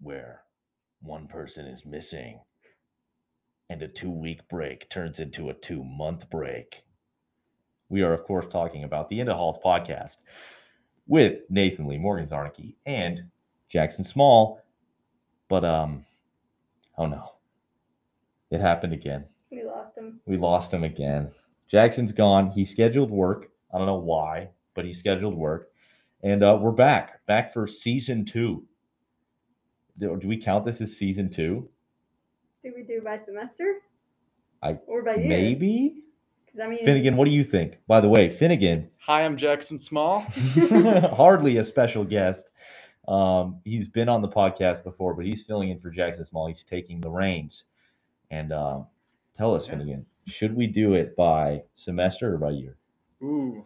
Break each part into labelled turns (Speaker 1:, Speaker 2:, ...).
Speaker 1: where one person is missing and a two week break turns into a two month break. We are, of course, talking about the Into Halls podcast with Nathan Lee Morgan Zarnicki and Jackson Small. But, um, oh no, it happened again.
Speaker 2: We lost him.
Speaker 1: We lost him again. Jackson's gone. He scheduled work. I don't know why, but he scheduled work. And uh, we're back, back for season two. Do, do we count this as season two?
Speaker 2: Do we do by semester?
Speaker 1: I-
Speaker 2: or by year?
Speaker 1: Maybe?
Speaker 2: Because I mean,
Speaker 1: Finnegan, what do you think? By the way, Finnegan,
Speaker 3: Hi, I'm Jackson Small.
Speaker 1: hardly a special guest. Um, he's been on the podcast before, but he's filling in for Jackson Small. He's taking the reins. And um, tell us,
Speaker 3: Yeah.
Speaker 1: Finnegan, should we do it by semester or by year?
Speaker 3: Ooh,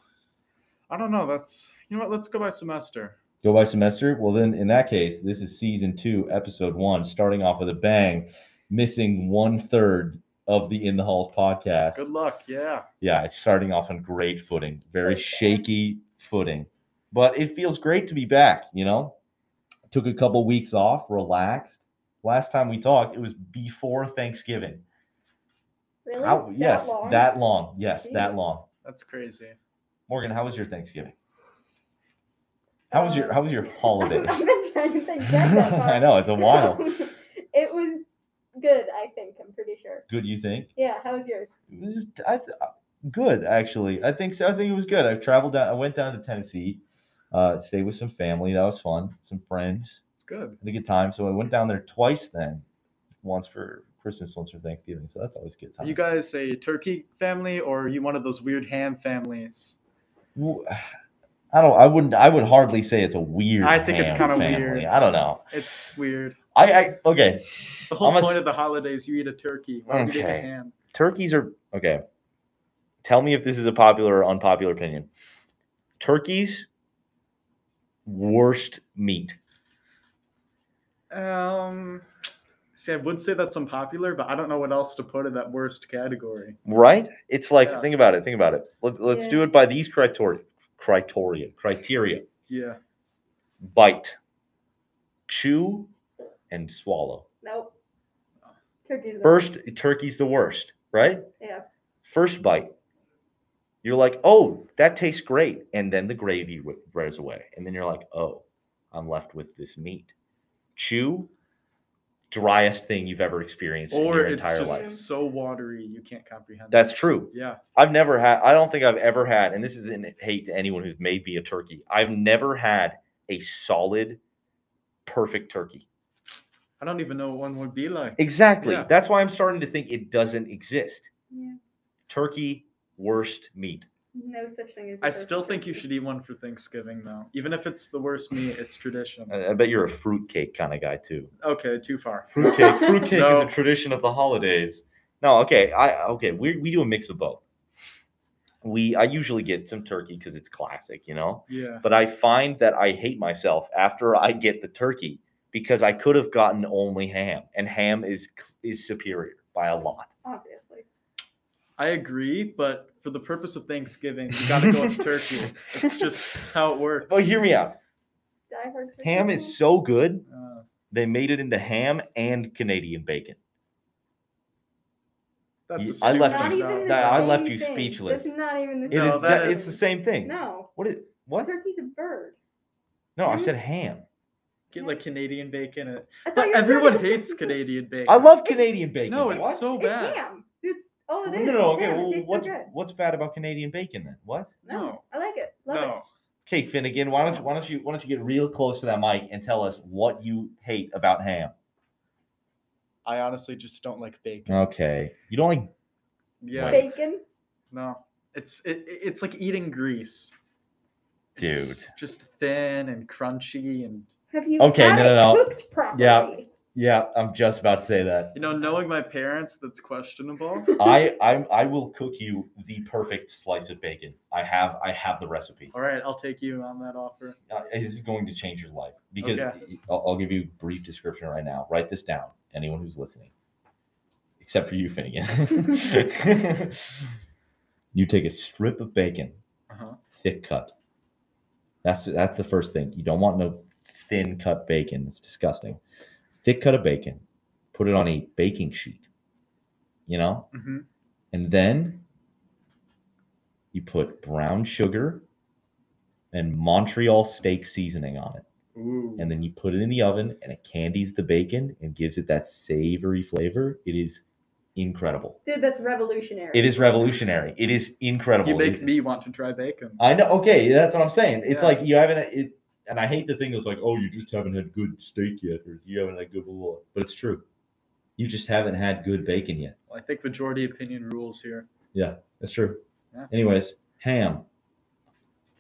Speaker 3: I don't know. That's you know what. Let's go by semester.
Speaker 1: Go by semester? Well, then in that case, this is season two, episode one, starting off with a bang, missing one third of the In the Halls podcast.
Speaker 3: Good luck. Yeah.
Speaker 1: yeah, it's starting off on great footing, very
Speaker 2: So sad.
Speaker 1: shaky footing, but it feels great to be back. You know, took a couple weeks off, relaxed. Last time we talked, it was before Thanksgiving.
Speaker 2: really?
Speaker 1: How-
Speaker 2: That
Speaker 1: yes,
Speaker 2: long?
Speaker 1: that long. Yes, that
Speaker 2: Jeez.
Speaker 1: long.
Speaker 3: That's crazy.
Speaker 1: Morgan, how was your Thanksgiving? How was your How was your holidays?
Speaker 2: Uh, I've been trying to think. That far.
Speaker 1: I know it's a while.
Speaker 2: it was good. I think I'm pretty sure.
Speaker 1: Good, you think?
Speaker 2: Yeah. How was yours?
Speaker 1: It was just, I, th- uh, good actually. I think so. I think it was good. I traveled down. I went down to Tennessee, uh, stayed with some family. That was fun. Some friends.
Speaker 3: It's good.
Speaker 1: had a good time. So I went down there twice then, once for Christmas, once for Thanksgiving. So that's always a good
Speaker 3: Are
Speaker 1: time.
Speaker 3: you guys a turkey family or are you one of those weird ham families?
Speaker 1: Well, I don't. I wouldn't. I would hardly say it's a weird.
Speaker 3: I think it's
Speaker 1: ham
Speaker 3: kinda
Speaker 1: family.
Speaker 3: weird.
Speaker 1: I don't know.
Speaker 3: It's weird.
Speaker 1: I, I okay.
Speaker 3: The whole
Speaker 1: I'm a
Speaker 3: point
Speaker 1: s-
Speaker 3: of the holidays, you eat a turkey. Why do you eat a
Speaker 1: Okay.
Speaker 3: ham?
Speaker 1: Turkeys are okay. Tell me if this is a popular or unpopular opinion. Turkeys, worst meat.
Speaker 3: Um, see, I would say that's unpopular, but I don't know what else to put in that worst category.
Speaker 1: Right? It's like
Speaker 3: Yeah.
Speaker 1: think about it. Think about it. Let's let's
Speaker 2: Yeah.
Speaker 1: do it by these criteria. Criteria. Criteria.
Speaker 3: Yeah.
Speaker 1: Bite, chew, and swallow.
Speaker 2: Nope. Turkey's the
Speaker 1: First, turkey's the worst, right?
Speaker 2: Yeah.
Speaker 1: First bite, you're like, oh, that tastes great. And then the gravy w- wears away. And then you're like, oh, I'm left with this meat. Chew, driest thing you've ever experienced in
Speaker 3: Or
Speaker 1: your
Speaker 3: it's
Speaker 1: entire
Speaker 3: just
Speaker 1: life.
Speaker 3: so watery you can't comprehend.
Speaker 1: That's true.
Speaker 3: it. yeah.
Speaker 1: I've never had, I don't think I've ever had, and this isn't hate to anyone who's made me a turkey. I've never had a solid, perfect turkey.
Speaker 3: I don't even know what one would be like.
Speaker 1: Exactly.
Speaker 3: Yeah.
Speaker 1: That's why I'm starting to think it doesn't exist.
Speaker 2: Yeah.
Speaker 1: turkey worst meat.
Speaker 2: No such thing as. a
Speaker 3: I
Speaker 2: turkey.
Speaker 3: still think you should eat one for Thanksgiving, though. Even if it's the worst meat, it's tradition.
Speaker 1: I, I bet you're a fruitcake kind of guy too.
Speaker 3: Okay, too far.
Speaker 1: Fruitcake, fruitcake is
Speaker 3: No.
Speaker 1: a tradition of the holidays. No, okay, I okay. We we do a mix of both. We I usually get some turkey because it's classic, you know.
Speaker 3: Yeah.
Speaker 1: But I find that I hate myself after I get the turkey because I could have gotten only ham, and ham is is superior by a lot.
Speaker 2: Obviously.
Speaker 3: I agree, but for the purpose of Thanksgiving, you gotta go with turkey. It's just it's how it works.
Speaker 1: But hear me out.
Speaker 2: Die hard. turkey
Speaker 1: Ham
Speaker 2: fan?
Speaker 1: is so good
Speaker 3: Uh,
Speaker 1: they made it into ham and Canadian bacon.
Speaker 3: that's
Speaker 1: You-
Speaker 3: a
Speaker 1: I left
Speaker 2: Not
Speaker 1: him-
Speaker 2: even the
Speaker 1: No, I
Speaker 2: same
Speaker 1: left you
Speaker 2: thing.
Speaker 1: speechless.
Speaker 2: It's not even the
Speaker 1: It
Speaker 2: same.
Speaker 3: No,
Speaker 1: is.
Speaker 2: thing.
Speaker 3: that
Speaker 1: de- it's the same thing.
Speaker 2: No.
Speaker 1: What is what?
Speaker 2: Turkey's a bird.
Speaker 1: No, I
Speaker 2: Yes.
Speaker 1: said ham.
Speaker 3: Get like Canadian bacon. It.
Speaker 2: I thought
Speaker 3: But
Speaker 2: you were
Speaker 3: everyone
Speaker 2: talking-
Speaker 3: hates Canadian bacon.
Speaker 1: I love Canadian bacon.
Speaker 3: No, it's
Speaker 1: What?
Speaker 3: so
Speaker 2: It's
Speaker 3: bad.
Speaker 2: ham. It's all
Speaker 1: No,
Speaker 2: it
Speaker 1: no,
Speaker 2: is.
Speaker 1: no.
Speaker 2: It's
Speaker 1: Okay,
Speaker 2: ham. It
Speaker 1: well,
Speaker 2: tastes so
Speaker 1: what's
Speaker 2: good.
Speaker 1: what's bad about Canadian bacon then? What?
Speaker 2: No,
Speaker 3: No.
Speaker 2: I like it. Love
Speaker 3: No.
Speaker 1: Okay, Finnegan, why don't you why don't you why don't you get real close to that mic and tell us what you hate about ham?
Speaker 3: I honestly just don't like bacon.
Speaker 1: Okay, you don't like.
Speaker 3: Yeah.
Speaker 2: it.
Speaker 1: Wait.
Speaker 2: Bacon.
Speaker 3: No. It's it, it- it's like eating grease. It's
Speaker 1: Dude.
Speaker 3: just thin and crunchy and
Speaker 2: Have you
Speaker 1: Okay,
Speaker 2: had
Speaker 1: no, no,
Speaker 2: it
Speaker 1: no.
Speaker 2: cooked properly?
Speaker 1: Yeah. Yeah, I'm just about to say that.
Speaker 3: you know, knowing my parents, that's questionable.
Speaker 1: I I'm I will cook you the perfect slice of bacon. I have I have the recipe.
Speaker 3: All right, I'll take you on that offer.
Speaker 1: uh, this is going to change your life because
Speaker 3: Okay.
Speaker 1: y- I'll, I'll give you a brief description right now. Write this down, anyone who's listening, except for you, Finnegan. you take a strip of bacon,
Speaker 3: Uh-huh.
Speaker 1: thick cut. That's that's the first thing. You don't want no thin cut bacon. It's disgusting. thick cut of bacon, put it on a baking sheet, you know,
Speaker 3: hmm
Speaker 1: and then you put brown sugar and Montreal steak seasoning on it.
Speaker 3: Ooh.
Speaker 1: And then you put it in the oven and it candies the bacon and gives it that savory flavor. It is incredible.
Speaker 2: Dude, that's revolutionary.
Speaker 1: It is revolutionary. It is incredible.
Speaker 3: you make
Speaker 1: It's-
Speaker 3: me want to try bacon.
Speaker 1: I know. Okay, that's what I'm saying. It's
Speaker 3: Yeah.
Speaker 1: like you haven't. It, and I hate the thing that's like, oh, you just haven't had good steak yet, or you haven't had good blah, blah, blah." But it's true. You just haven't had good bacon yet.
Speaker 3: I think majority opinion rules here.
Speaker 1: That's true.
Speaker 3: Yeah.
Speaker 1: Anyways, ham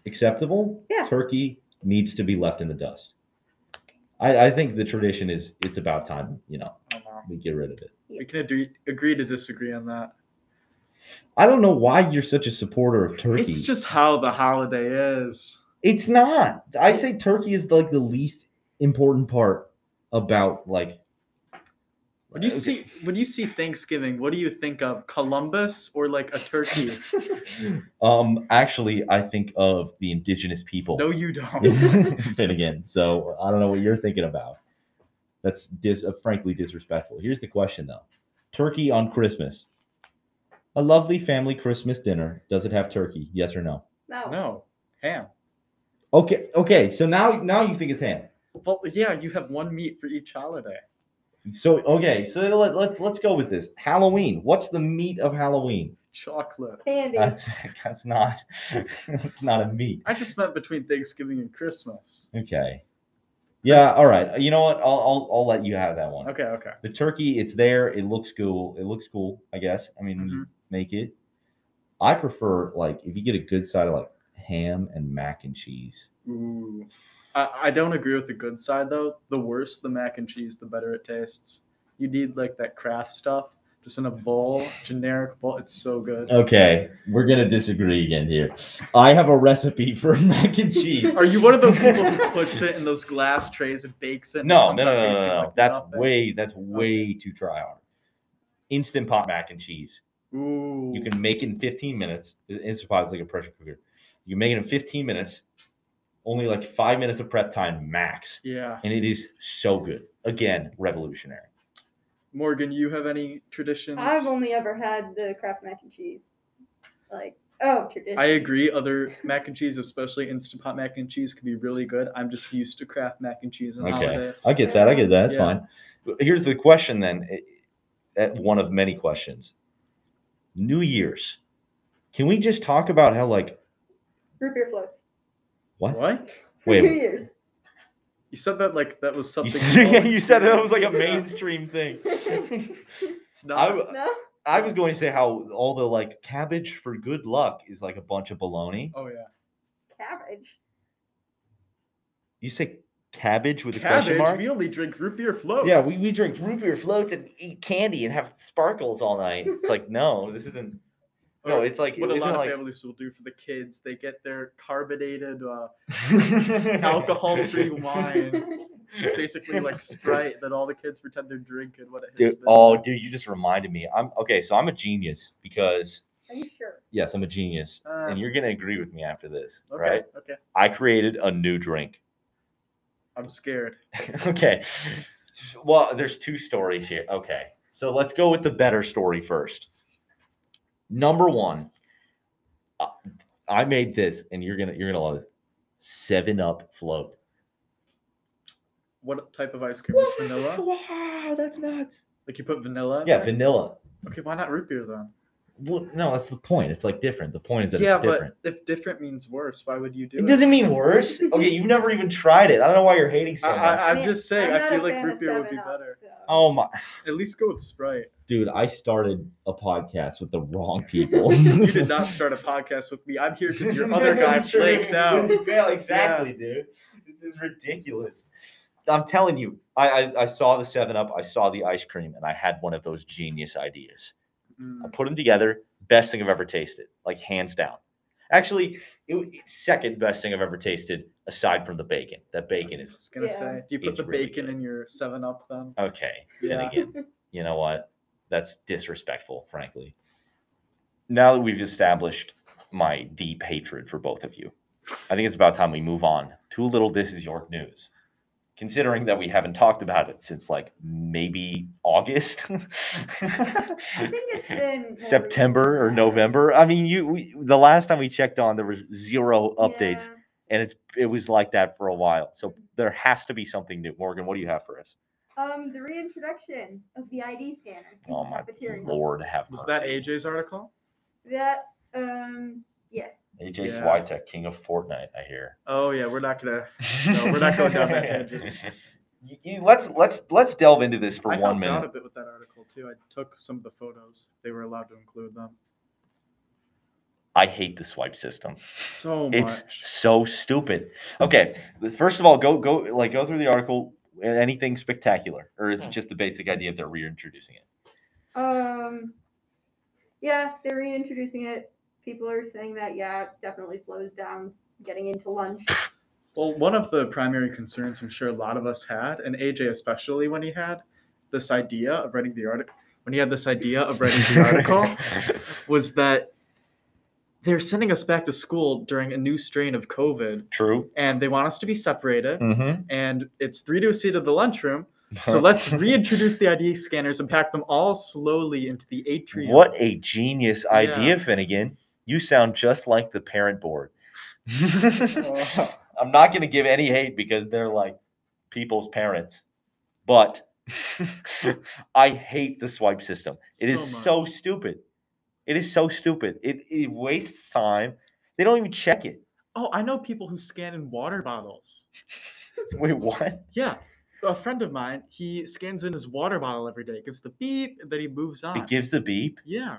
Speaker 1: acceptable.
Speaker 2: Yeah.
Speaker 1: Turkey needs to be left in the dust. I, I think the tradition is it's about time. You know,
Speaker 3: I don't know.
Speaker 1: we get rid of it.
Speaker 3: We can agree, agree to disagree on that.
Speaker 1: I don't know why you're such a supporter of turkey.
Speaker 3: It's just how the holiday is.
Speaker 1: It's not. I say turkey is like the least important part about like.
Speaker 3: When you
Speaker 1: Okay.
Speaker 3: see when you see Thanksgiving, what do you think of Columbus or like a turkey?
Speaker 1: um, actually, I think of the indigenous people.
Speaker 3: no, you don't.
Speaker 1: Finnegan. So I don't know what you're thinking about. That's dis- uh, frankly disrespectful. Here's the question though: Turkey on Christmas. A lovely family Christmas dinner. Does it have turkey? Yes or no?
Speaker 2: no.
Speaker 3: no, ham.
Speaker 1: Okay. Okay. So now, now you think it's ham.
Speaker 3: Well, yeah, you have one meat for each holiday.
Speaker 1: So okay. So then let, let's let's go with this. Halloween. What's the meat of Halloween?
Speaker 3: Chocolate.
Speaker 2: Candy.
Speaker 1: That's that's not that's not a meat.
Speaker 3: I just meant between Thanksgiving and Christmas.
Speaker 1: Okay. Yeah. All right. You know what? I'll I'll, I'll let you have that one.
Speaker 3: Okay, okay.
Speaker 1: The turkey, it's there. It looks cool. It looks cool. I guess. I mean, when you make it. I prefer like if you get a good side of like ham and mac and cheese.
Speaker 3: Ooh. I, I don't agree with the good side though. The worse the mac and cheese, the better it tastes. You need like that craft stuff just in a bowl, generic bowl. It's so good.
Speaker 1: Okay, we're gonna disagree again here. I have a recipe for mac and cheese.
Speaker 3: Are you one of those people who puts it in those glass trays and bakes it? and
Speaker 1: No,
Speaker 3: it comes
Speaker 1: no, no,
Speaker 3: out
Speaker 1: no, no,
Speaker 3: tasting
Speaker 1: no.
Speaker 3: like
Speaker 1: That's
Speaker 3: nothing?
Speaker 1: way that's way too try hard. Instant pot mac and cheese.
Speaker 3: Ooh.
Speaker 1: You can make it in 15 minutes. I- Instant pot is like a pressure cooker. You can make it in 15 minutes, only like five minutes of prep time max.
Speaker 3: Yeah.
Speaker 1: And it is so good. Again, revolutionary.
Speaker 3: Morgan, you have any traditions?
Speaker 2: I've only ever had the Kraft mac and cheese. Like, oh, tradition.
Speaker 3: I agree. Other mac and cheese, especially instant pot mac and cheese, can be really good. I'm just used to Kraft mac and cheese and
Speaker 1: Okay.
Speaker 3: holidays.
Speaker 1: I get that. I get that. That's
Speaker 3: Yeah.
Speaker 1: fine. But Here's the question then. eh, At one of many questions. New Year's. Can we just talk about how like
Speaker 2: Root beer floats.
Speaker 1: what?
Speaker 3: What?
Speaker 1: Wait.
Speaker 2: New Year's.
Speaker 3: You said that like that was
Speaker 1: You
Speaker 3: something.
Speaker 1: said, you said that was like a
Speaker 3: Yeah.
Speaker 1: mainstream thing.
Speaker 3: It's not.
Speaker 1: I,
Speaker 2: No?
Speaker 1: I was going to say how all the like cabbage for good luck is like a bunch of baloney.
Speaker 3: oh yeah.
Speaker 2: Cabbage.
Speaker 1: You say cabbage with a question
Speaker 3: Cabbage.
Speaker 1: mark?
Speaker 3: We only drink root beer floats.
Speaker 1: Yeah, we, we drink root beer floats and eat candy and have sparkles all night. It's like, no, this isn't. No,
Speaker 3: Or
Speaker 1: it's like,
Speaker 3: What a
Speaker 1: isn't
Speaker 3: lot of
Speaker 1: like
Speaker 3: families will do for the kids, they get their carbonated. Uh,
Speaker 1: alcohol-free
Speaker 3: Alcohol-free wine. it's basically like Sprite that all the kids pretend they're drinking when it hits
Speaker 1: Dude,
Speaker 3: midnight.
Speaker 1: oh, dude, you just reminded me. I'm okay, so I'm a genius because
Speaker 2: Are you sure?
Speaker 1: yes, I'm a genius,
Speaker 3: Uh,
Speaker 1: and you're gonna agree with me after this,
Speaker 3: okay,
Speaker 1: right?
Speaker 3: Okay.
Speaker 1: I created a new drink.
Speaker 3: I'm scared.
Speaker 1: okay. Well, there's two stories here. Okay. So let's go with the better story first. Number one, uh, I made this, and you're gonna you're gonna love it. Seven Up float.
Speaker 3: What type of ice cream is vanilla?
Speaker 1: Wow, that's nuts.
Speaker 3: Like you put vanilla? in
Speaker 1: Yeah,
Speaker 3: there?
Speaker 1: vanilla.
Speaker 3: okay, why not root beer then?
Speaker 1: Well, no, that's the point. It's like different. The point is that
Speaker 3: yeah,
Speaker 1: it's different.
Speaker 3: but if different means worse, why would you do it?
Speaker 1: It doesn't mean worse. Okay, you've never even tried it. I don't know why you're hating
Speaker 3: I,
Speaker 1: so much.
Speaker 3: I, I'm
Speaker 2: mean,
Speaker 3: just saying.
Speaker 2: I'm
Speaker 3: I
Speaker 2: not
Speaker 3: feel
Speaker 2: a
Speaker 3: like
Speaker 2: fan
Speaker 3: root
Speaker 2: of
Speaker 3: beer would be
Speaker 2: 7-Up,
Speaker 3: better.
Speaker 2: so-
Speaker 1: oh my
Speaker 3: At least go with Sprite.
Speaker 1: dude, I started a podcast with the wrong people.
Speaker 3: You did not start a podcast with me. I'm here because your other guy
Speaker 1: Sure,
Speaker 3: flaked out.
Speaker 1: because you failed. Exactly, dude. This is ridiculous. I'm telling you, I, I I saw the Seven Up, I saw the ice cream, and I had one of those genius ideas. I
Speaker 3: Mm,
Speaker 1: put them together. Best thing I've ever tasted, like hands down. Actually, it, was- it's second best thing I've ever tasted, aside from the bacon. That bacon
Speaker 3: I
Speaker 1: is
Speaker 3: was gonna
Speaker 2: Yeah.
Speaker 3: say, do you put
Speaker 1: It's
Speaker 3: the
Speaker 1: really
Speaker 3: bacon
Speaker 1: good.
Speaker 3: in your Seven Up then?
Speaker 1: okay.
Speaker 3: Yeah.
Speaker 1: Finnegan, you know what? That's disrespectful, frankly. Now that we've established my deep hatred for both of you, I think it's about time we move on to a little This Is York news. considering that we haven't talked about it since like maybe August,
Speaker 2: I think it's been more
Speaker 1: September or
Speaker 2: recent.
Speaker 1: November. I mean, you we, the last time we checked on there was zero updates,
Speaker 2: Yeah.
Speaker 1: and it's it was like that for a while. So there has to be something new. Morgan, what do you have for us?
Speaker 2: Um, the reintroduction of the ID scanner. in
Speaker 1: Oh my
Speaker 2: cafeteria.
Speaker 1: lord, have
Speaker 3: Was that
Speaker 1: mercy.
Speaker 3: AJ's article?
Speaker 2: That um yes.
Speaker 1: AJ
Speaker 3: Yeah.
Speaker 1: Switek, king of Fortnite? I hear.
Speaker 3: Oh yeah, we're not gonna. No, we're not going down that tangent.
Speaker 1: Y- y- Let's let's let's delve into this for
Speaker 3: I
Speaker 1: one
Speaker 3: helped out
Speaker 1: minute.
Speaker 3: a bit with that article too. I took some of the photos. They were allowed to include them.
Speaker 1: I hate the swipe system.
Speaker 3: So much.
Speaker 1: It's so stupid. Okay, first of all, go go like go through the article. Anything spectacular, or is it just the basic idea that they're reintroducing it?
Speaker 2: Um yeah, they're reintroducing it. People are saying that yeah, it definitely slows down getting into lunch.
Speaker 3: Well, one of the primary concerns I'm sure a lot of us had, and AJ especially when he had this idea of writing the article, when he had this idea of writing the article, was that they're sending us back to school during a new strain of COVID,
Speaker 1: True.
Speaker 3: and they want us to be separated,
Speaker 1: Mm-hmm.
Speaker 3: and it's three to a seat of the lunchroom. So let's reintroduce the ID scanners and pack them all slowly into the atrium.
Speaker 1: What a genius
Speaker 3: Yeah.
Speaker 1: idea, Finnegan. You sound just like the parent board.
Speaker 3: Oh,
Speaker 1: I'm not going to give any hate because they're like people's parents, but I hate the swipe system. It is
Speaker 3: much.
Speaker 1: so stupid. It is so stupid. It, it wastes time. They don't even check it.
Speaker 3: Oh, I know people who scan in water bottles.
Speaker 1: Wait, what?
Speaker 3: Yeah. A friend of mine, he scans in his water bottle every day, gives the beep, and then he moves on.
Speaker 1: It gives the beep.
Speaker 3: yeah.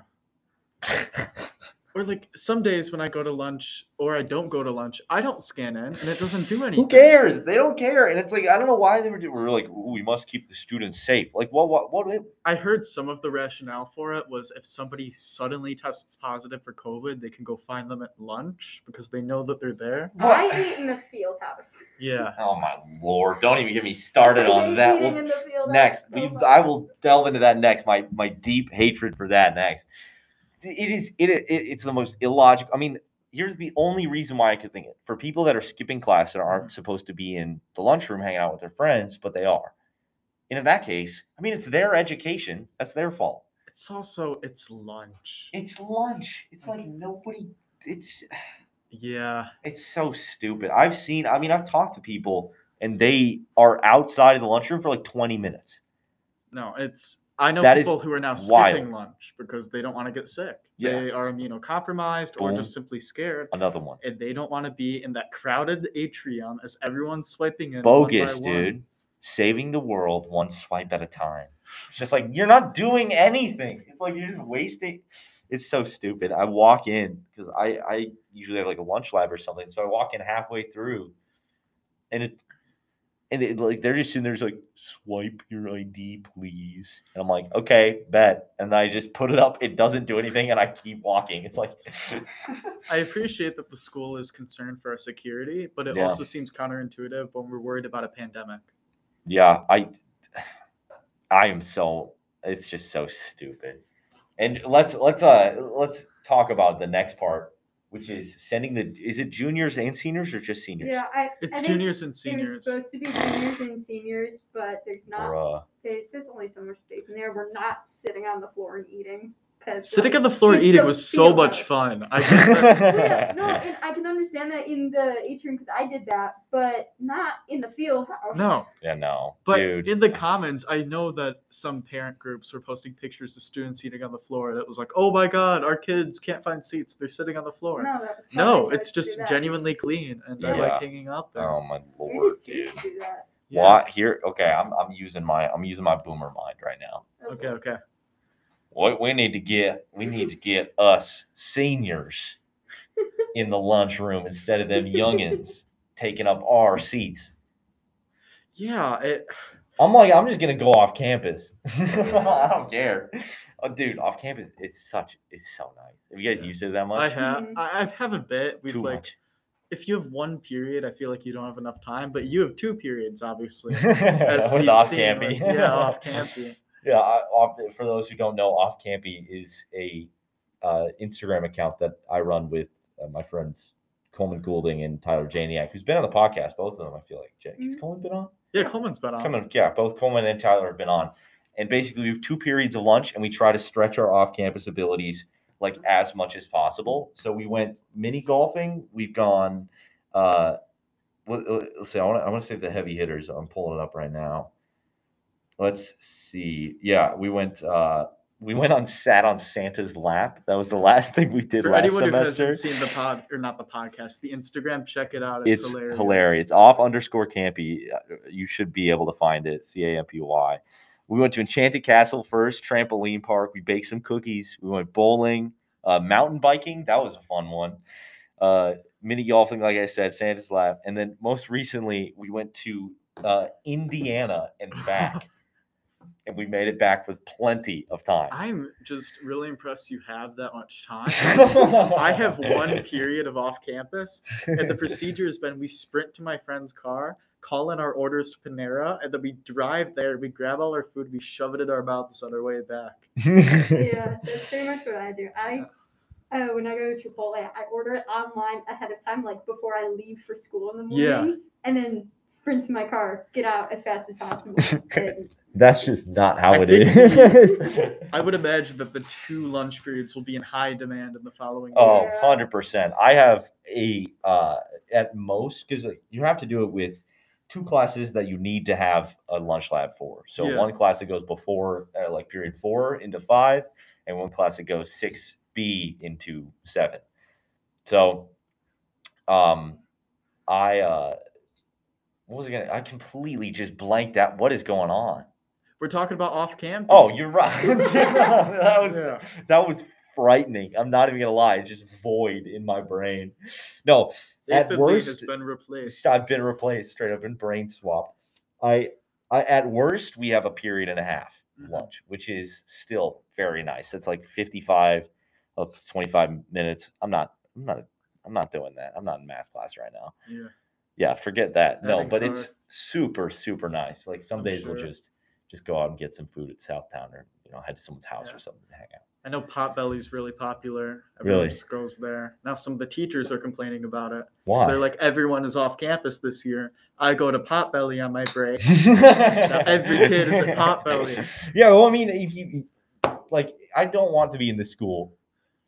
Speaker 3: Or like some days when I go to lunch or I don't go to lunch, I don't scan in and it doesn't do anything.
Speaker 1: Who cares? They don't care. And it's like, I don't know why they were doing We're like, "Ooh, we must keep the students safe. Like, what, what, what?
Speaker 3: I heard some of the rationale for it was if somebody suddenly tests positive for COVID, they can go find them at lunch because they know that they're there.
Speaker 1: what?
Speaker 2: I eat in the field house.
Speaker 3: Yeah.
Speaker 1: Oh my lord! Don't even get me started
Speaker 2: I
Speaker 1: on
Speaker 2: hate
Speaker 1: that.
Speaker 2: eating
Speaker 1: We'll,
Speaker 2: in the field
Speaker 1: next,
Speaker 2: house Oh so
Speaker 1: we,
Speaker 2: much.
Speaker 1: I will delve into that next. My my deep hatred for that next. It is it, it it's the most illogical. I mean, here's the only reason why I could think it for people that are skipping class that aren't supposed to be in the lunchroom hanging out with their friends, but they are. And in that case, I mean, it's their education. That's their fault.
Speaker 3: It's also it's lunch.
Speaker 1: It's lunch. It's like nobody. It's
Speaker 3: Yeah.
Speaker 1: It's so stupid. I've seen, I mean, I've talked to people and they are outside of the lunchroom for like 20 minutes.
Speaker 3: No, it's I know
Speaker 1: That is
Speaker 3: people who are now
Speaker 1: wild.
Speaker 3: skipping lunch because they don't want to get sick.
Speaker 1: Yeah.
Speaker 3: They are immunocompromised or
Speaker 1: Boom.
Speaker 3: just simply scared,
Speaker 1: Another one.
Speaker 3: and they don't want to be in that crowded atrium as everyone's swiping in. one by
Speaker 1: Bogus,
Speaker 3: one.
Speaker 1: dude. Saving the world one swipe at a time. It's just like, you're not doing anything. It's like you're just wasting. It's so stupid. I walk in because I, I usually have like a lunch lab or something. So I walk in halfway through and it, and it, like they're just sitting there, just like swipe your ID, please. And I'm like, okay, bet. And I just put it up. It doesn't do anything, and I keep walking. It's like,
Speaker 3: I appreciate that the school is concerned for our security, but it
Speaker 1: Yeah.
Speaker 3: also seems counterintuitive when we're worried about a pandemic.
Speaker 1: yeah, I, I am so. It's just so stupid. And let's let's uh let's talk about the next part, which is sending the. Is it juniors and seniors or just seniors?
Speaker 2: yeah, I
Speaker 3: It's
Speaker 2: I think
Speaker 3: juniors and
Speaker 2: It was
Speaker 3: seniors.
Speaker 2: supposed to be juniors and seniors, but there's not
Speaker 1: Bruh.
Speaker 2: there- there's only so much space in there. We're not sitting on the floor and eating. 'cause,
Speaker 3: Sitting
Speaker 2: like,
Speaker 3: on the floor and
Speaker 2: it's
Speaker 3: eating
Speaker 2: the
Speaker 3: was so much
Speaker 2: field
Speaker 3: fun. I get that.
Speaker 2: yeah, no, and I can understand that in the atrium because I did that, but not in the field house.
Speaker 3: no,
Speaker 1: Yeah, no,
Speaker 3: but
Speaker 1: dude.
Speaker 3: in the comments, I know that some parent groups were posting pictures of students eating on the floor. That was like, oh my god, our kids can't find seats; they're sitting on the floor.
Speaker 2: no, that was fun. I
Speaker 3: No,
Speaker 2: tried
Speaker 3: it's
Speaker 2: to do
Speaker 3: just
Speaker 2: that.
Speaker 3: genuinely clean, and I
Speaker 1: Yeah.
Speaker 3: like hanging out there.
Speaker 1: oh my
Speaker 2: We
Speaker 1: lord,
Speaker 2: just
Speaker 1: dude.
Speaker 2: used to do that.
Speaker 3: Yeah.
Speaker 1: Why here? Okay, I'm I'm using my I'm using my boomer mind right now.
Speaker 3: Okay, okay.
Speaker 1: What we need to get, we need to get us seniors in the lunchroom instead of them youngins taking up our seats.
Speaker 3: Yeah, it,
Speaker 1: I'm like, I'm just gonna go off campus. I don't care. Oh, dude, off campus, it's such, it's so nice. Have you guys used it that
Speaker 3: I
Speaker 1: much?
Speaker 3: have.
Speaker 2: Mhm.
Speaker 3: I, I have a bit. We've
Speaker 1: Too
Speaker 3: like,
Speaker 1: much.
Speaker 3: if you have one period, I feel like you don't have enough time. But you have two periods, obviously.
Speaker 1: As
Speaker 3: we've
Speaker 1: With off
Speaker 3: seen,
Speaker 1: campy.
Speaker 3: like, yeah, off campy.
Speaker 1: Yeah, I, off, for those who don't know, Off Campy is a uh, Instagram account that I run with uh, my friends Coleman Goulding and Tyler Janiak, who's been on the podcast. Both of them, I feel like. Jack, has
Speaker 2: Mhm.
Speaker 1: Coleman been on?
Speaker 3: Yeah, Coleman's been on.
Speaker 1: Coming, yeah, both Coleman and Tyler have been on. And basically, we have two periods of lunch, and we try to stretch our off-campus abilities like as much as possible. So we went mini golfing. We've gone. Uh, let, let- let's see. I want to. I want to say the heavy hitters. I'm pulling it up right now. Let's see. Yeah, we went. Uh, we went on sat on Santa's lap. That was the last thing we did
Speaker 3: For
Speaker 1: last
Speaker 3: anyone
Speaker 1: semester.
Speaker 3: who hasn't seen the pod or not the podcast, the Instagram, check it out. It's,
Speaker 1: it's
Speaker 3: hilarious.
Speaker 1: hilarious. It's off underscore campy. uh, You should be able to find it. C A M P Y. We went to Enchanted Castle first, trampoline park. We baked some cookies. We went bowling, uh, mountain biking. That was a fun one. Uh, mini golfing, like I said, Santa's lap, and then most recently we went to uh, Indiana and back, and we made it back with plenty of time.
Speaker 3: I'm just really impressed you have that much time. I have one period of off campus, and the procedure has been we sprint to my friend's car, call in our orders to Panera, and then we drive there, we grab all our food, we shove it in our mouths on our way back.
Speaker 2: yeah, that's pretty much what I do. I uh, when I go to Chipotle, I order it online ahead of time, like before I leave for school in the morning,
Speaker 3: Yeah.
Speaker 2: and then sprint to my car, get out as fast as possible. and
Speaker 1: That's just not how
Speaker 3: I
Speaker 1: it
Speaker 3: think-
Speaker 1: is.
Speaker 3: I would imagine that the two lunch periods will be in high demand in the following
Speaker 1: Oh,
Speaker 3: years.
Speaker 2: Yeah.
Speaker 1: 100%. I have a, uh, at most, because you have to do it with two classes that you need to have a lunch lab for. So
Speaker 3: Yeah.
Speaker 1: one class that goes before, uh, like period four into five, and one class that goes 6B into seven. So, um, I, uh, what was I gonna? I completely just blanked out. What is going on?
Speaker 3: We're talking about off campus.
Speaker 1: Oh, you're right. that was
Speaker 3: Yeah.
Speaker 1: that was frightening. I'm not even gonna lie, it's just void in my brain. No, At
Speaker 3: Eighth and lead has
Speaker 1: worst-
Speaker 3: been replaced.
Speaker 1: it's- I've been replaced straight up and brain swapped. I, I at worst we have a period and a half
Speaker 3: Mhm.
Speaker 1: lunch, which is still very nice. That's like 55 of 25 minutes. I'm not, I'm not, I'm not doing that. I'm not in math class right now.
Speaker 3: Yeah.
Speaker 1: Yeah, forget that. No,
Speaker 3: Having
Speaker 1: but
Speaker 3: summer.
Speaker 1: it's super, super nice. Like some
Speaker 3: I'm
Speaker 1: days we'll
Speaker 3: sure.
Speaker 1: just just go out and get some food at Southtown or you know head to someone's house
Speaker 3: Yeah.
Speaker 1: or something to hang out.
Speaker 3: I know Potbelly's really popular. Everyone
Speaker 1: Really?
Speaker 3: just goes there. Now some of the teachers are complaining about it.
Speaker 1: Why?
Speaker 3: So they're like, everyone is off campus this year. I go to Potbelly on my break. every kid is a potbelly.
Speaker 1: Yeah, well, I mean, if you like, I don't want to be in this school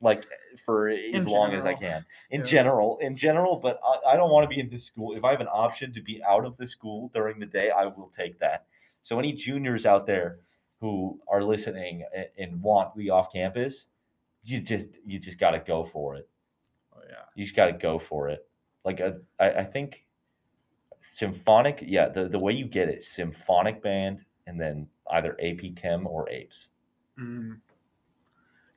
Speaker 1: like for as long as I
Speaker 3: general.
Speaker 1: can. In
Speaker 3: Yeah.
Speaker 1: general, in general, but I, I don't want to be in this school. If I have an option to be out of the school during the day, I will take that. So any juniors out there who are listening and, and want the off campus, you just you just got to go for it
Speaker 3: Oh yeah.
Speaker 1: you just got to go for it. Like uh, I, I think symphonic, yeah, the, the way you get it, symphonic band, and then either AP Chem or Apes.
Speaker 3: Mm.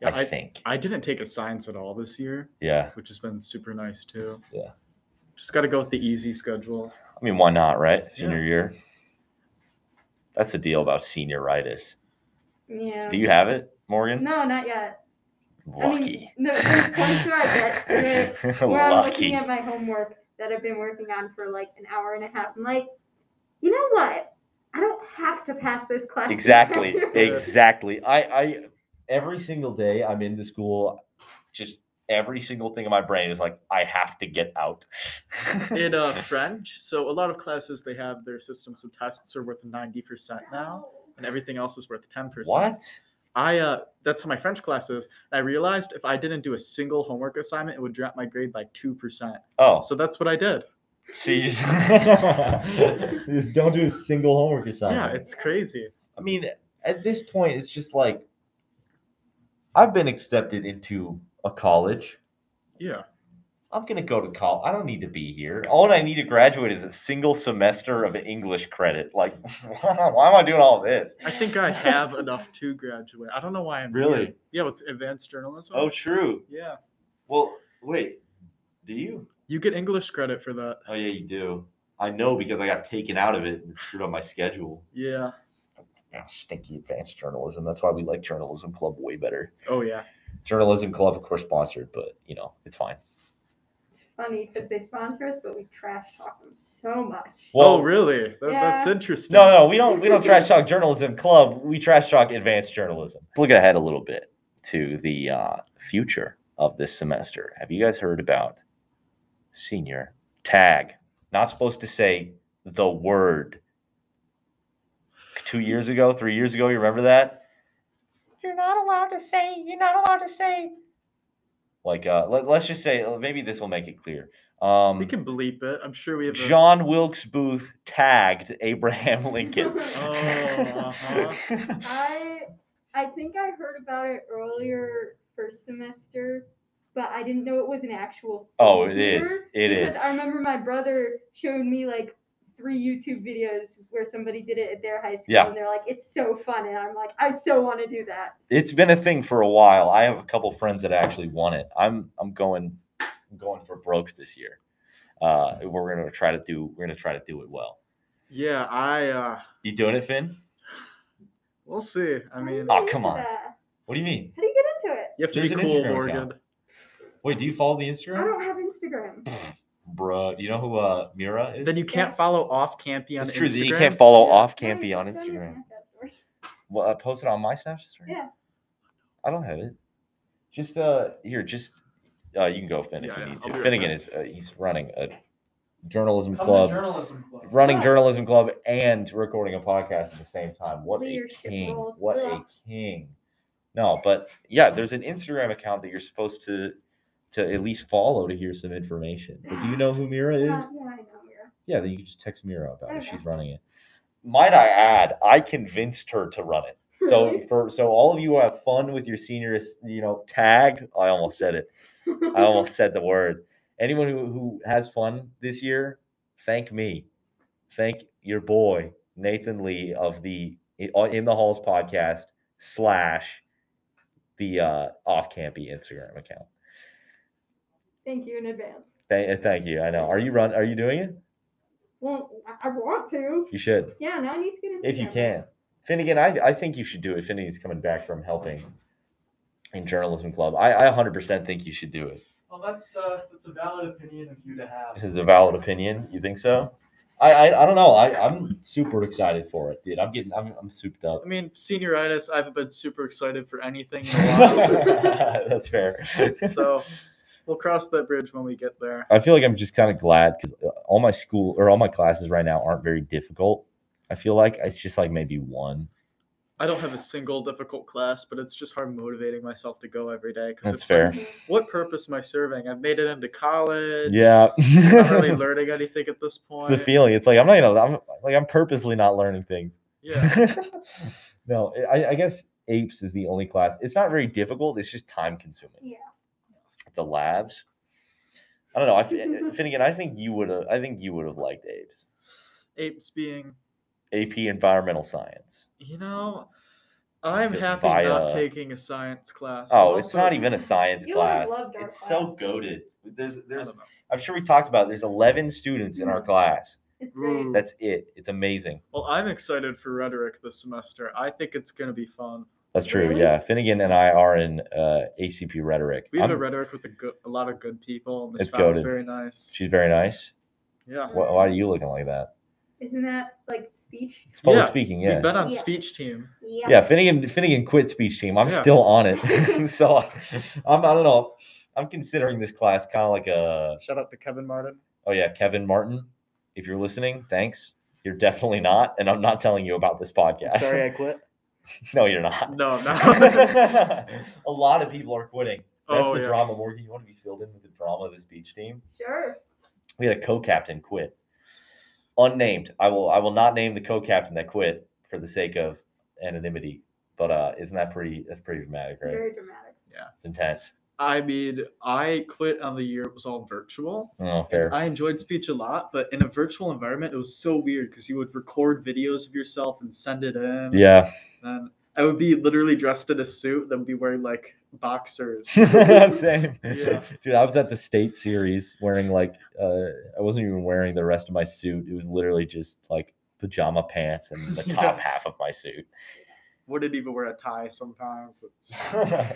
Speaker 3: Yeah,
Speaker 1: I,
Speaker 3: I,
Speaker 1: think,
Speaker 3: I didn't take a science at all this year,
Speaker 1: yeah.
Speaker 3: which has been super nice too.
Speaker 1: Yeah.
Speaker 3: Just got to go with the easy schedule.
Speaker 1: I mean, why not, right? Senior year. That's the deal about senioritis.
Speaker 2: yeah.
Speaker 1: Do you have it, Morgan?
Speaker 2: no, not yet. I mean,
Speaker 1: Lucky.
Speaker 2: no, there's points where I get to it, where I'm
Speaker 1: Lucky.
Speaker 2: looking at my homework that I've been working on for like an hour and a half. I'm like, you know what? I don't have to pass this class. to
Speaker 1: Exactly.
Speaker 2: pass your-
Speaker 1: Exactly. I, I every single day I'm in the school, just every single thing in my brain is like, I have to get out.
Speaker 3: In uh, French, so a lot of classes they have their systems of tests are worth ninety percent now, and everything else is worth ten percent.
Speaker 1: What?
Speaker 3: I uh, that's how my French class is. I realized if I didn't do a single homework assignment, it would drop my grade by two percent.
Speaker 1: Oh,
Speaker 3: So that's what I did.
Speaker 1: so you just, you just don't do a single homework
Speaker 3: Yeah,
Speaker 1: assignment.
Speaker 3: it's crazy.
Speaker 1: I mean, at this point, it's just like I've been accepted into a college.
Speaker 3: Yeah.
Speaker 1: I'm gonna go to college. I don't need to be here. All I need to graduate is a single semester of English credit. Like, why am I doing all this?
Speaker 3: I think I have enough to graduate. I don't know why I'm
Speaker 1: Really?
Speaker 3: here. Yeah, with advanced journalism.
Speaker 1: Oh, true.
Speaker 3: yeah.
Speaker 1: Well, wait. Do you?
Speaker 3: You get English credit for that.
Speaker 1: Oh yeah, you do. I know because I got taken out of it and it screwed up my schedule.
Speaker 3: Yeah.
Speaker 1: Yeah, stinky advanced journalism. That's why we like journalism club way better.
Speaker 3: Oh yeah.
Speaker 1: Journalism Club, of course, sponsored, but you know, it's fine.
Speaker 2: Funny because they sponsor us, but we trash talk them so much.
Speaker 1: Well,
Speaker 3: oh really? That- That's
Speaker 2: Yeah.
Speaker 3: interesting.
Speaker 1: no, no, we don't. We don't trash talk Journalism Club. We trash talk advanced journalism. Let's look ahead a little bit to the uh, future of this semester. Have you guys heard about senior tag? Not supposed to say the word two years ago, three years ago. You remember that? You're not allowed to say. You're not allowed to say. Like, uh, let, us just say. Maybe this will make it clear. Um,
Speaker 3: We can bleep it. I'm sure we have. a-
Speaker 1: John Wilkes Booth tagged Abraham Lincoln.
Speaker 3: Oh, uh-huh.
Speaker 2: I I think I heard about it earlier first semester, but I didn't know it was an actual.
Speaker 1: Oh, it
Speaker 2: thing
Speaker 1: is.
Speaker 2: here,
Speaker 1: It
Speaker 2: because
Speaker 1: is.
Speaker 2: I remember my brother showed me like three YouTube videos where somebody did it at their high school,
Speaker 1: Yeah.
Speaker 2: and they're like, "It's so fun," and I'm like, "I so want to do that."
Speaker 1: it's been a thing for a while. I have a couple friends that actually won it. I'm I'm going I'm going for broke this year. Uh, we're gonna try to do we're gonna try to do it well.
Speaker 3: yeah, I. uh
Speaker 1: You doing it, Finn?
Speaker 3: We'll see. I
Speaker 2: How do you
Speaker 3: mean,
Speaker 2: get
Speaker 1: Oh,
Speaker 2: into
Speaker 1: come on.
Speaker 2: that?
Speaker 1: What do you mean?
Speaker 2: How do you get into it?
Speaker 3: you have to
Speaker 1: There's
Speaker 3: be
Speaker 1: an
Speaker 3: cool,
Speaker 1: Instagram
Speaker 3: Morgan.
Speaker 1: account. Wait, do you follow the
Speaker 2: I
Speaker 1: Instagram?
Speaker 2: don't have Instagram.
Speaker 1: Bruh, do you know who uh Mira is?
Speaker 3: Then you can't follow off campy on
Speaker 1: it's
Speaker 3: Instagram.
Speaker 1: true that you can't follow
Speaker 3: Yeah.
Speaker 1: off
Speaker 2: Wait,
Speaker 1: campy on
Speaker 2: send me a
Speaker 1: Instagram.
Speaker 2: Snapchat story.
Speaker 1: Well, uh, post it on my Snapchat. story?
Speaker 2: Yeah.
Speaker 1: I don't have it. Just uh, here, just uh, you can go Finn if
Speaker 3: Yeah,
Speaker 1: you
Speaker 3: yeah,
Speaker 1: need
Speaker 3: I'll be
Speaker 1: to.
Speaker 3: right
Speaker 1: Finnegan
Speaker 3: back.
Speaker 1: is uh, he's running a journalism club,
Speaker 3: journalism club.
Speaker 1: running
Speaker 2: Club.
Speaker 1: journalism club, and recording a podcast at the same time. What
Speaker 2: Leadership
Speaker 1: a king!
Speaker 2: roles.
Speaker 1: What
Speaker 2: Ugh.
Speaker 1: a king! No, but yeah, there's an Instagram account that you're supposed to to at least follow to hear some information. But do you know who Mira
Speaker 2: Uh, Yeah, yeah, I
Speaker 1: is?
Speaker 2: know. Mira.
Speaker 1: Yeah, then you can just text Mira about it.
Speaker 2: Okay.
Speaker 1: She's running it. Might I add, I convinced her to run it. So
Speaker 2: Really?
Speaker 1: for so all of you who have fun with your senior, you know, tag. I almost said it. I almost said the word. Anyone who, who has fun this year, thank me. Thank your boy Nathan Lee of the uh, in the halls podcast slash the uh, off campy Instagram account.
Speaker 2: Thank you in advance.
Speaker 1: Thank, uh, thank you. I know. Are you run? Are you doing it?
Speaker 2: Well, I- I want to.
Speaker 1: You should.
Speaker 2: Yeah, now I need to get into
Speaker 1: if you can. Finnegan, I, I think you should do it. Finnegan's coming back from helping in journalism club. I, I 100% think you should do it.
Speaker 3: Well, that's uh, that's a valid opinion of you to
Speaker 1: This
Speaker 3: have.
Speaker 1: is a valid opinion. You think so? I I, I don't know. I, I'm super excited for it, dude. I'm getting I'm, I'm souped up.
Speaker 3: I mean, senioritis. I haven't been super excited for anything in a
Speaker 1: That's fair.
Speaker 3: while, so we'll cross that bridge when we get there.
Speaker 1: I feel like I'm just kind of glad because all my school or all my classes right now aren't very difficult. I feel like it's just like maybe one.
Speaker 3: I don't have a single difficult class, but it's just hard motivating myself to go every day. 'cause
Speaker 1: That's
Speaker 3: it's
Speaker 1: fair.
Speaker 3: Like, what purpose am I serving? I've made it into college.
Speaker 1: Yeah.
Speaker 3: I'm not really learning anything at this
Speaker 1: It's
Speaker 3: point.
Speaker 1: the feeling. It's like I'm not gonna. I'm like I'm purposely not learning things.
Speaker 3: Yeah.
Speaker 1: no, I, I guess apes is the only class. It's not very difficult. It's just time consuming.
Speaker 2: Yeah.
Speaker 1: The labs. I don't know. I, Fin- Finnegan, I think you would have. I think you would have liked apes.
Speaker 3: Apes being,
Speaker 1: AP Environmental Science.
Speaker 3: you know, I'm
Speaker 1: it
Speaker 3: happy not
Speaker 1: via-
Speaker 3: taking a science class.
Speaker 1: Oh, it's
Speaker 3: Also-
Speaker 1: not even a science
Speaker 2: You would've
Speaker 1: class.
Speaker 2: loved our
Speaker 1: It's so
Speaker 2: class.
Speaker 1: goaded. There's,
Speaker 3: I
Speaker 1: there's.
Speaker 3: don't know.
Speaker 1: I'm sure we talked about. it. There's 11 students in
Speaker 2: Mm-hmm.
Speaker 1: our class.
Speaker 2: It's great.
Speaker 3: Ooh.
Speaker 1: That's it. It's amazing.
Speaker 3: Well, I'm excited for rhetoric this semester. I think it's going to be fun.
Speaker 1: That's true.
Speaker 2: Really?
Speaker 1: Yeah, Finnegan and I are in uh, ACP rhetoric.
Speaker 3: We have a
Speaker 1: I'm-
Speaker 3: rhetoric with a, go- a lot of good people. Miss
Speaker 1: It's
Speaker 3: Fowler's
Speaker 1: goated.
Speaker 3: very nice.
Speaker 1: She's very nice.
Speaker 3: yeah.
Speaker 1: Why, why are you looking like that?
Speaker 2: Isn't that like speech?
Speaker 1: It's public
Speaker 3: Yeah,
Speaker 1: speaking.
Speaker 3: We've
Speaker 1: Yeah.
Speaker 3: been on
Speaker 2: Yeah.
Speaker 3: speech team.
Speaker 1: Yeah, Finnegan Finnegan quit speech team. I'm
Speaker 3: Yeah.
Speaker 1: still on it. so I- I'm I don't know. I'm considering this class kind of like a
Speaker 3: Shout out to Kevin Martin.
Speaker 1: oh yeah, Kevin Martin. If you're listening, thanks. You're definitely not, and I'm not telling you about this podcast.
Speaker 3: I'm sorry I quit.
Speaker 1: no, you're not.
Speaker 3: No, no.
Speaker 1: a lot of people are quitting. That's
Speaker 3: oh,
Speaker 1: the
Speaker 3: yeah.
Speaker 1: drama, Morgan. You want to be filled in with the drama of the speech team?
Speaker 2: Sure.
Speaker 1: we had a co-captain quit unnamed i will i will not name the co-captain that quit for the sake of anonymity but uh isn't that pretty that's pretty dramatic right
Speaker 2: Very dramatic.
Speaker 1: it's intense
Speaker 3: I mean, I quit on the year it was all virtual.
Speaker 1: oh fair
Speaker 3: I enjoyed speech a lot, but in a virtual environment, it was so weird because you would record videos of yourself and send it in.
Speaker 1: yeah
Speaker 3: And I would be literally dressed in a suit, then be wearing like boxers.
Speaker 1: same
Speaker 3: Yeah.
Speaker 1: dude i was at the state series wearing like uh i wasn't even wearing the rest of my suit it was literally just like pajama pants and the top half of my suit
Speaker 3: Wouldn't even wear a tie sometimes. It's-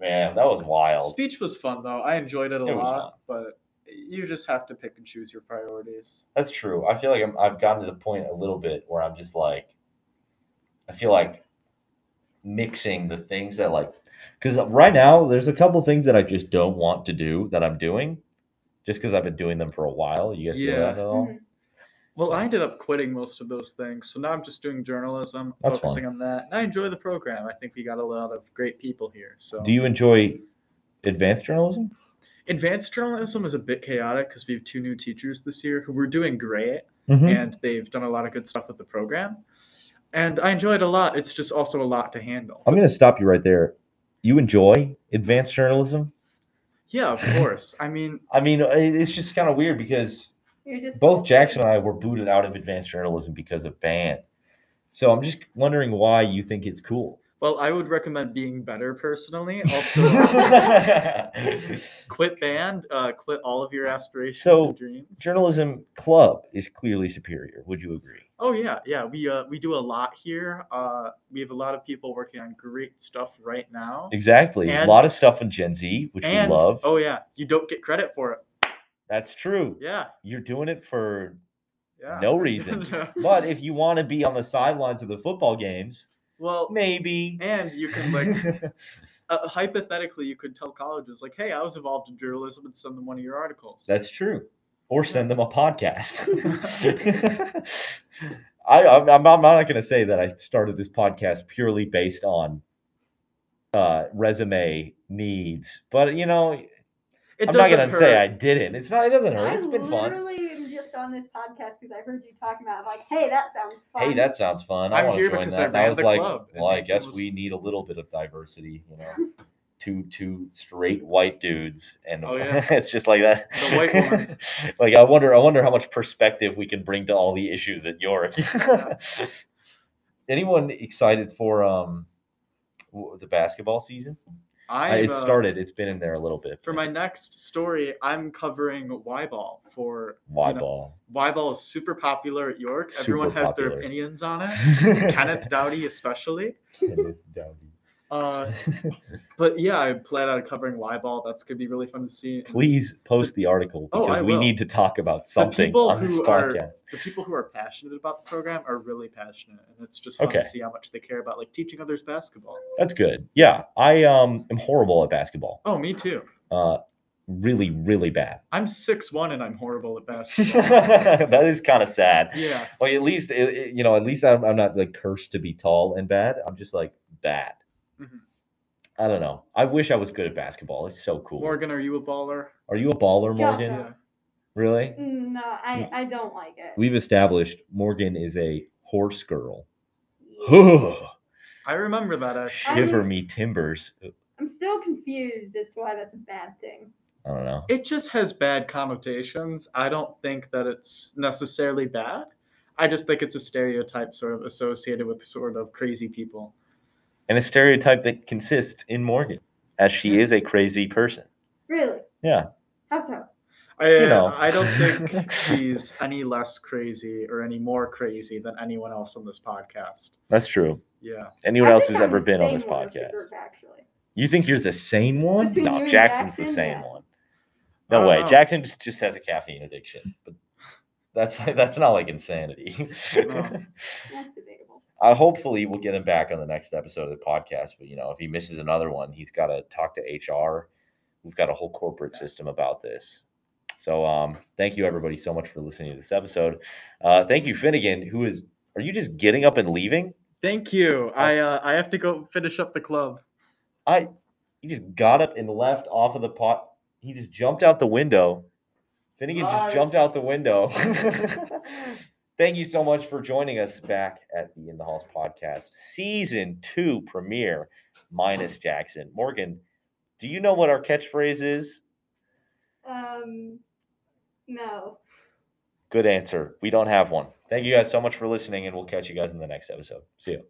Speaker 1: man that was wild
Speaker 3: Speech was fun though. I enjoyed it a
Speaker 1: It was
Speaker 3: lot, but you just have to pick and choose your priorities.
Speaker 1: That's true. I feel like I'm, I've gotten to the point a little bit where I'm just like, I feel like mixing the things that like, because right now there's a couple things that I just don't want to do that I'm doing, just because I've been doing them for a while. You guys feel
Speaker 3: Yeah.
Speaker 1: that at all?
Speaker 2: Mhm.
Speaker 3: Well,
Speaker 1: So-
Speaker 3: I ended up quitting most of those things, so now I'm just doing journalism,
Speaker 1: That's
Speaker 3: focusing on that. And I enjoy the program. I think we got a lot of great people here. So
Speaker 1: Do you enjoy advanced journalism?
Speaker 3: advanced journalism is a bit chaotic because we have two new teachers this year who were doing great,
Speaker 1: Mm-hmm.
Speaker 3: and they've done a lot of good stuff with the program. And I enjoy it a lot. It's just also a lot to handle.
Speaker 1: I'm going to stop you right there. You enjoy advanced journalism?
Speaker 3: Yeah, of course. I mean,
Speaker 1: I mean, i- it's just kind of weird because
Speaker 2: You're just
Speaker 1: both Jackson and I were booted out of advanced journalism because of ban. So I'm just wondering why you think it's cool.
Speaker 3: well, I would recommend being better personally. Also,
Speaker 1: Journalism
Speaker 3: quit band, uh, quit all of your aspirations
Speaker 1: So,
Speaker 3: and dreams.
Speaker 1: Club is clearly superior. Would you agree?
Speaker 3: Oh yeah, yeah. We uh, we do a lot here. Uh, we have a lot of people working on great stuff right now.
Speaker 1: Exactly. a
Speaker 3: And-
Speaker 1: lot of stuff in Gen Z, which
Speaker 3: and
Speaker 1: we love.
Speaker 3: oh yeah, you don't get credit for it.
Speaker 1: That's true.
Speaker 3: Yeah,
Speaker 1: You're doing it for
Speaker 3: yeah.
Speaker 1: no reason. but if you want to be on the sidelines of the football games,
Speaker 3: well,
Speaker 1: maybe.
Speaker 3: and you can like uh, hypothetically, you could tell colleges like, hey, I was involved in journalism and send them one of your articles.
Speaker 1: That's true. Or send them a podcast. I, I'm, I'm not going to say that I started this podcast purely based on uh, resume needs, but you know,
Speaker 3: it
Speaker 1: I'm not going
Speaker 3: doesn't
Speaker 1: to say I
Speaker 3: hurt.
Speaker 1: didn't. It's not. It doesn't hurt.
Speaker 2: I
Speaker 1: It's been fun.
Speaker 2: literally am just on this podcast because I heard you talking about like, hey, that sounds fun.
Speaker 1: Hey, that sounds fun. I
Speaker 3: I'm
Speaker 1: want to
Speaker 3: here
Speaker 1: join
Speaker 3: because
Speaker 1: that.
Speaker 3: I
Speaker 1: And I
Speaker 3: ran
Speaker 1: was
Speaker 3: the
Speaker 1: like,
Speaker 3: club, and
Speaker 1: well, I
Speaker 3: Nathan
Speaker 1: guess
Speaker 3: was-
Speaker 1: we need a little bit of diversity, you know. Two two straight white dudes, and
Speaker 3: Oh, yeah.
Speaker 1: it's just like that.
Speaker 3: The white woman.
Speaker 1: like I wonder, I wonder how much perspective we can bring to all the issues at York. Anyone excited for um w- the basketball season? Uh,
Speaker 3: I
Speaker 1: It started. It's been in there a little bit.
Speaker 3: for my next story. I'm covering Y ball for
Speaker 1: Y
Speaker 3: know,
Speaker 1: ball.
Speaker 3: Y ball is super popular at York. Everyone
Speaker 1: Super
Speaker 3: has their
Speaker 1: popular.
Speaker 3: opinions on it. Kenneth Dowdy especially.
Speaker 1: Kenneth Dowdy.
Speaker 3: Uh, but yeah, I plan on covering Y ball. That's gonna be really fun to see. And
Speaker 1: Please post the article
Speaker 3: Oh, I
Speaker 1: because we
Speaker 3: will.
Speaker 1: need to talk about something
Speaker 3: people
Speaker 1: on this
Speaker 3: who are-
Speaker 1: podcast.
Speaker 3: The people who are passionate about the program are really passionate, and it's just fun
Speaker 1: Okay.
Speaker 3: to see how much they care about like teaching others basketball.
Speaker 1: That's good. Yeah, I um am horrible at basketball.
Speaker 3: Oh, me too.
Speaker 1: Uh, really, really bad.
Speaker 3: I'm six one and I'm horrible at basketball.
Speaker 1: that is kind of sad.
Speaker 3: yeah,
Speaker 1: Like at least it, it- you know, at least I'm, I'm not like cursed to be tall and bad. I'm just like bad.
Speaker 3: Mhm.
Speaker 1: I don't know. I wish I was good at basketball. It's so cool.
Speaker 3: Morgan, are you a baller?
Speaker 1: Are you a baller,
Speaker 2: Yeah.
Speaker 1: Morgan?
Speaker 3: Yeah.
Speaker 1: Really?
Speaker 2: Mm, no, I, I don't like it.
Speaker 1: We've established Morgan is a horse girl.
Speaker 2: Yeah.
Speaker 3: I remember that. Actually.
Speaker 1: Shiver
Speaker 2: I'm-
Speaker 1: me timbers.
Speaker 2: I'm still confused as to why that's a bad thing.
Speaker 1: I don't know.
Speaker 3: It just has bad connotations. I don't think that it's necessarily bad. I just think it's a stereotype sort of associated with sort of crazy people.
Speaker 1: And a stereotype that consists in Morgan, as
Speaker 2: Mm-hmm.
Speaker 1: she is a crazy person.
Speaker 2: Really?
Speaker 1: Yeah.
Speaker 2: How so?
Speaker 3: I,
Speaker 1: you know.
Speaker 3: I don't think she's any less crazy or any more crazy than anyone else on this podcast.
Speaker 1: That's true.
Speaker 3: Yeah.
Speaker 1: Anyone
Speaker 2: I
Speaker 1: else
Speaker 2: think
Speaker 1: who's
Speaker 2: I'm
Speaker 1: ever
Speaker 2: the
Speaker 1: been on
Speaker 2: same
Speaker 1: this
Speaker 2: one of the
Speaker 1: podcast?
Speaker 2: group, actually.
Speaker 1: You think you're the sane one?
Speaker 2: Between you
Speaker 1: No,
Speaker 2: and
Speaker 1: Jackson's the
Speaker 2: Jackson,
Speaker 1: sane
Speaker 2: yeah.
Speaker 1: one.
Speaker 3: I
Speaker 1: No
Speaker 3: don't
Speaker 1: way.
Speaker 3: know.
Speaker 1: Jackson just, just has a caffeine addiction. But that's that's not like insanity.
Speaker 3: No.
Speaker 2: That's debatable.
Speaker 1: I hopefully we'll get him back on the next episode of the podcast. But you know, if he misses another one, he's got to talk to HR. We've got a whole corporate system about this. So um, thank you everybody so much for listening to this episode. Uh, thank you Finnegan, who is. Are you just getting up and leaving?
Speaker 3: Thank you. I uh, I have to go finish up the club.
Speaker 1: I he just got up and left off of the pot. He just jumped out the window. Finnegan just jumped
Speaker 3: Nice.
Speaker 1: out the window. Thank you so much for joining us back at the In the Halls podcast, season two premiere, minus Jackson. Morgan, do you know what our catchphrase is?
Speaker 2: Um, no.
Speaker 1: Good answer. We don't have one. Thank you guys so much for listening, and we'll catch you guys in the next episode. See you.